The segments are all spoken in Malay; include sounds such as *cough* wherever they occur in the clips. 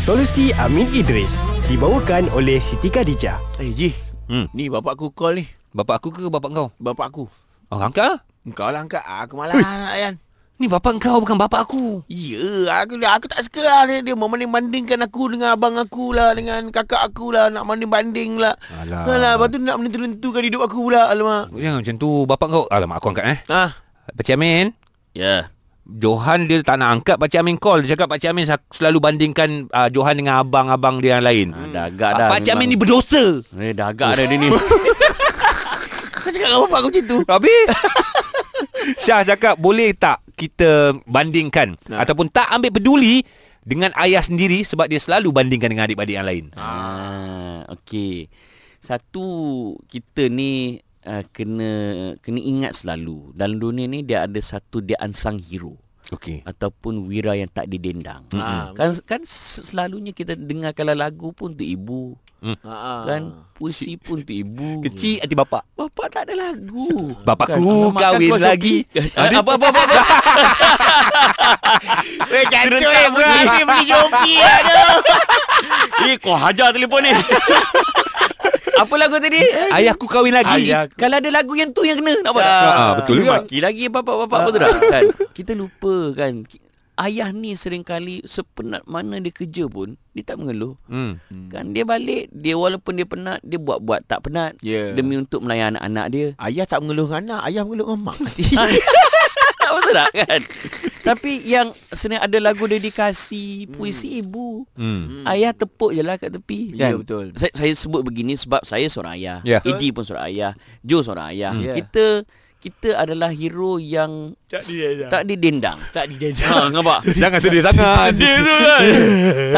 Solusi Amin Idris dibawakan oleh Siti Khadijah. Eh Ji Hmm. hmm. Ni bapak aku call ni Bapak aku ke bapak kau? Bapak aku Oh, angkat ah. Engkau lah angkat Aku malah nak layan Ni bapak kau bukan bapak aku. Ya aku, aku tak suka lah dia, dia membanding-bandingkan aku Dengan abang aku lah Dengan kakak aku lah Nak banding-banding lah Alah. Alah Lepas tu nak menentukan hidup aku pula Alamak Jangan macam tu. Bapak kau. Alamak, aku angkat eh. Ah, Pakcik Amin. Ya Johan dia tak nak angkat Pakcik Amin call. Dia cakap Pakcik Amin sa- selalu bandingkan uh, Johan dengan abang-abang dia yang lain. Ah, Hmm. dah agak dah. Pakcik Amin memang. ni berdosa. Eh, dah agak dah dia *laughs* ni. Kau cakap dengan bapak aku macam tu Habis. *laughs* Syah cakap boleh tak kita bandingkan Ah. ataupun tak ambil peduli dengan ayah sendiri sebab dia selalu bandingkan dengan adik-adik yang lain. ah, okey. Satu kita ni uh, kena kena ingat selalu. Dalam dunia ni dia ada satu dia unsung hero Okey. ataupun wira yang tak didendang. Ah, Kan kan se- selalunya kita dengar kalau lagu pun untuk ibu, ah, kan puisi pun untuk ibu. Kecil hati bapak. Bapak tak ada lagu. Bapakku Makan kahwin kuah lagi. *laughs* sopi. Ah, dia- apa apa apa. apa. Weh kacau eh bro Ini beli joki lah tu Eh, kau hajar telefon ni. apa lagu tadi? Ayahku kahwin lagi. Ayah. Kalau ada lagu yang tu yang kena Nak apa tak? Ah, betul juga. Ah. Maki lagi bapak-bapak apa *laughs* tu dah kan? Kita lupa kan Ki- Ayah ni sering kali Sepenat mana dia kerja pun Dia tak mengeluh Hmm. Kan dia balik Dia walaupun dia penat Dia buat-buat tak penat Ya. Demi untuk melayan anak-anak dia *laughs* Ayah tak mengeluh dengan anak Ayah mengeluh dengan mak Betul tak *laughs* kan Tapi yang Sering ada lagu dedikasi Puisi ibu Hmm. Ayah tepuk je lah kat tepi Ya, kan? betul. saya, saya sebut begini sebab saya seorang ayah Ya. yeah. Iji pun seorang ayah Joe seorang ayah Ya. yeah. Kita Kita adalah hero yang Tak didendang. Tak didendang Tak didendang Ha, nampak? Jangan sedih sangat. Dia tu kan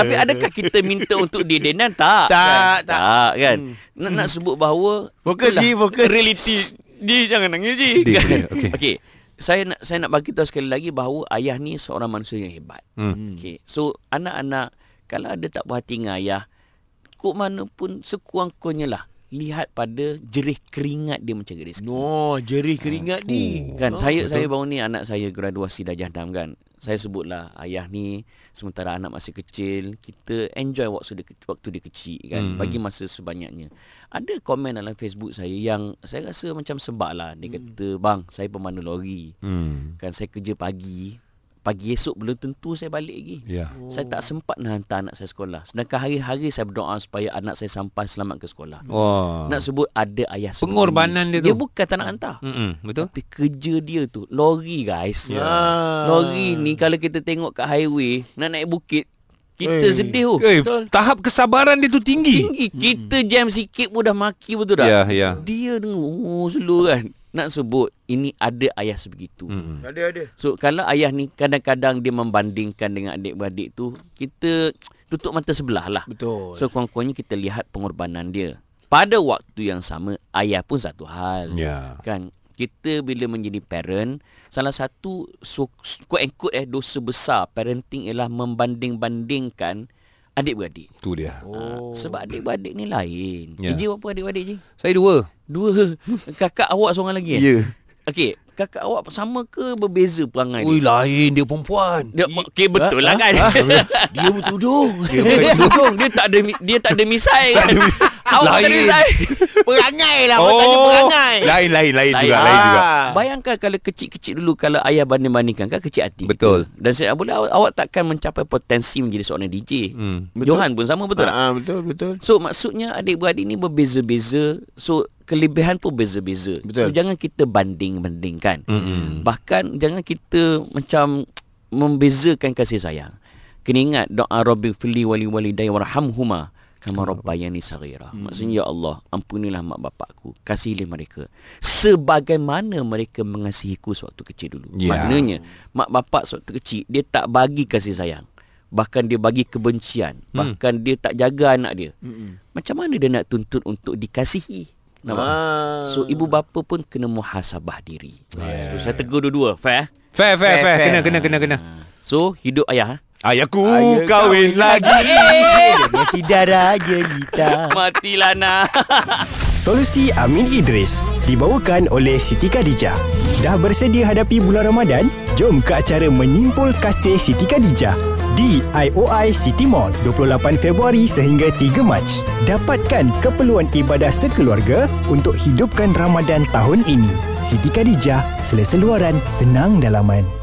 Tapi adakah kita minta untuk didendang? Tak Tak, kan? tak. kan nak, nak sebut bahawa Fokus itulah Ji fokus Reality Ji jangan nangis Ji *laughs* Sedih, Kan? sedih. Okey. okay. Saya nak saya nak bagi tahu sekali lagi bahawa ayah ni seorang manusia yang hebat. Hmm. Okey. So anak-anak kalau ada tak puas hati dengan ayah, kok mana pun sekurang-kurangnya lah lihat pada jerih keringat dia mencari rezeki. No jerih keringat ni Kan saya saya baru ni anak saya graduasi dah jahdam kan. Saya sebutlah ayah ni sementara anak masih kecil, kita enjoy waktu dia ke- waktu dia kecil kan. Hmm. Hmm. Bagi masa sebanyaknya. Ada komen dalam Facebook saya yang saya rasa macam sebab lah. Dia kata, "Bang, saya pemandu lori. Hmm. Kan saya kerja pagi. Pagi esok belum tentu saya balik lagi." Ya. Oh. Saya tak sempat nak hantar anak saya sekolah. Sedangkan hari-hari saya berdoa supaya anak saya sampai selamat ke sekolah. Wah. Nak sebut ada ayah sendiri. Hmm. Pengorbanan dia tu. Dia bukan tak nak hantar. Hmm. Betul? Tapi kerja dia tu Lori guys Ya. Lori ni Kalau kita tengok kat highway Nak naik bukit Kita Eh. sedih tu Eh, betul. tahap kesabaran dia tu tinggi. Oh, Tinggi Kita jam sikit pun dah maki betul tak Hmm. Ya, ya. Dia dengar Slow kan Nak sebut Ini ada ayah sebegitu Hmm. Ada ada So kalau ayah ni Kadang-kadang dia membandingkan Dengan adik-beradik tu Kita Tutup mata sebelah lah Betul So kurang-kurangnya kita lihat pengorbanan dia Pada waktu yang sama Ayah pun satu hal Ya. Kan kita bila menjadi parent salah satu so, quote and quote eh dosa besar parenting ialah membanding-bandingkan adik-beradik. Tu dia. Oh. sebab adik-beradik ni lain. Ya. Yeah. Iji berapa adik-beradik je? Saya dua. Dua. *laughs* Kakak awak seorang lagi eh? Ya. Okey, kakak awak sama ke berbeza perangai Ui, dia? lain dia perempuan. Dia okey betul lah kan. *laughs* Dia bertudung dia bukan tudung, dia tak ada mi- dia tak ada misai. *laughs* awak tak ada Lain. misai. Perangai lah oh. Patutnya perangai Lain, lain, lain juga, Lain. lain juga. Ah. Bayangkan kalau kecil-kecil dulu kalau ayah banding-bandingkan kan kecil hati. Betul. Kita. Dan saya boleh awak, awak takkan mencapai potensi menjadi seorang DJ. Hmm. Betul. Johan pun sama betul tak? Ah, ah, Betul betul So maksudnya adik-beradik ni berbeza-beza. So kelebihan pun beza-beza. Betul. So jangan kita banding-bandingkan. Mm-mm. Bahkan jangan kita macam membezakan kasih sayang. Kena ingat doa Rabbi fili wali walidayya warhamhuma kama rabbayani saghira. Maksudnya ya Allah, ampunilah mak bapakku, kasihilah mereka sebagaimana mereka mengasihiku sewaktu kecil dulu. Ya. Maknanya mak bapak sewaktu kecil dia tak bagi kasih sayang. Bahkan dia bagi kebencian, bahkan dia tak jaga anak dia. Macam mana dia nak tuntut untuk dikasihi? Nampak? Ah. So ibu bapa pun kena muhasabah diri. Yeah. So, saya tegur dua-dua, fair. eh? Fair, Fair, fair, fair. fair. Kena, kena, kena, kena. So hidup ayah eh? Ayahku Ayah kahwin kahwin lagi. Dengan si darah Ah. jelita Matilah nak Solusi Amin Idris dibawakan oleh Siti Khadijah. Dah bersedia hadapi bulan Ramadan? Jom Jom ke acara Menyimpul Kasih Siti Khadijah di IOI City Mall 28 Februari sehingga 3 Mac. Dapatkan keperluan ibadah sekeluarga untuk hidupkan Ramadan tahun ini. Siti Khadijah, selesa luaran, tenang dalaman.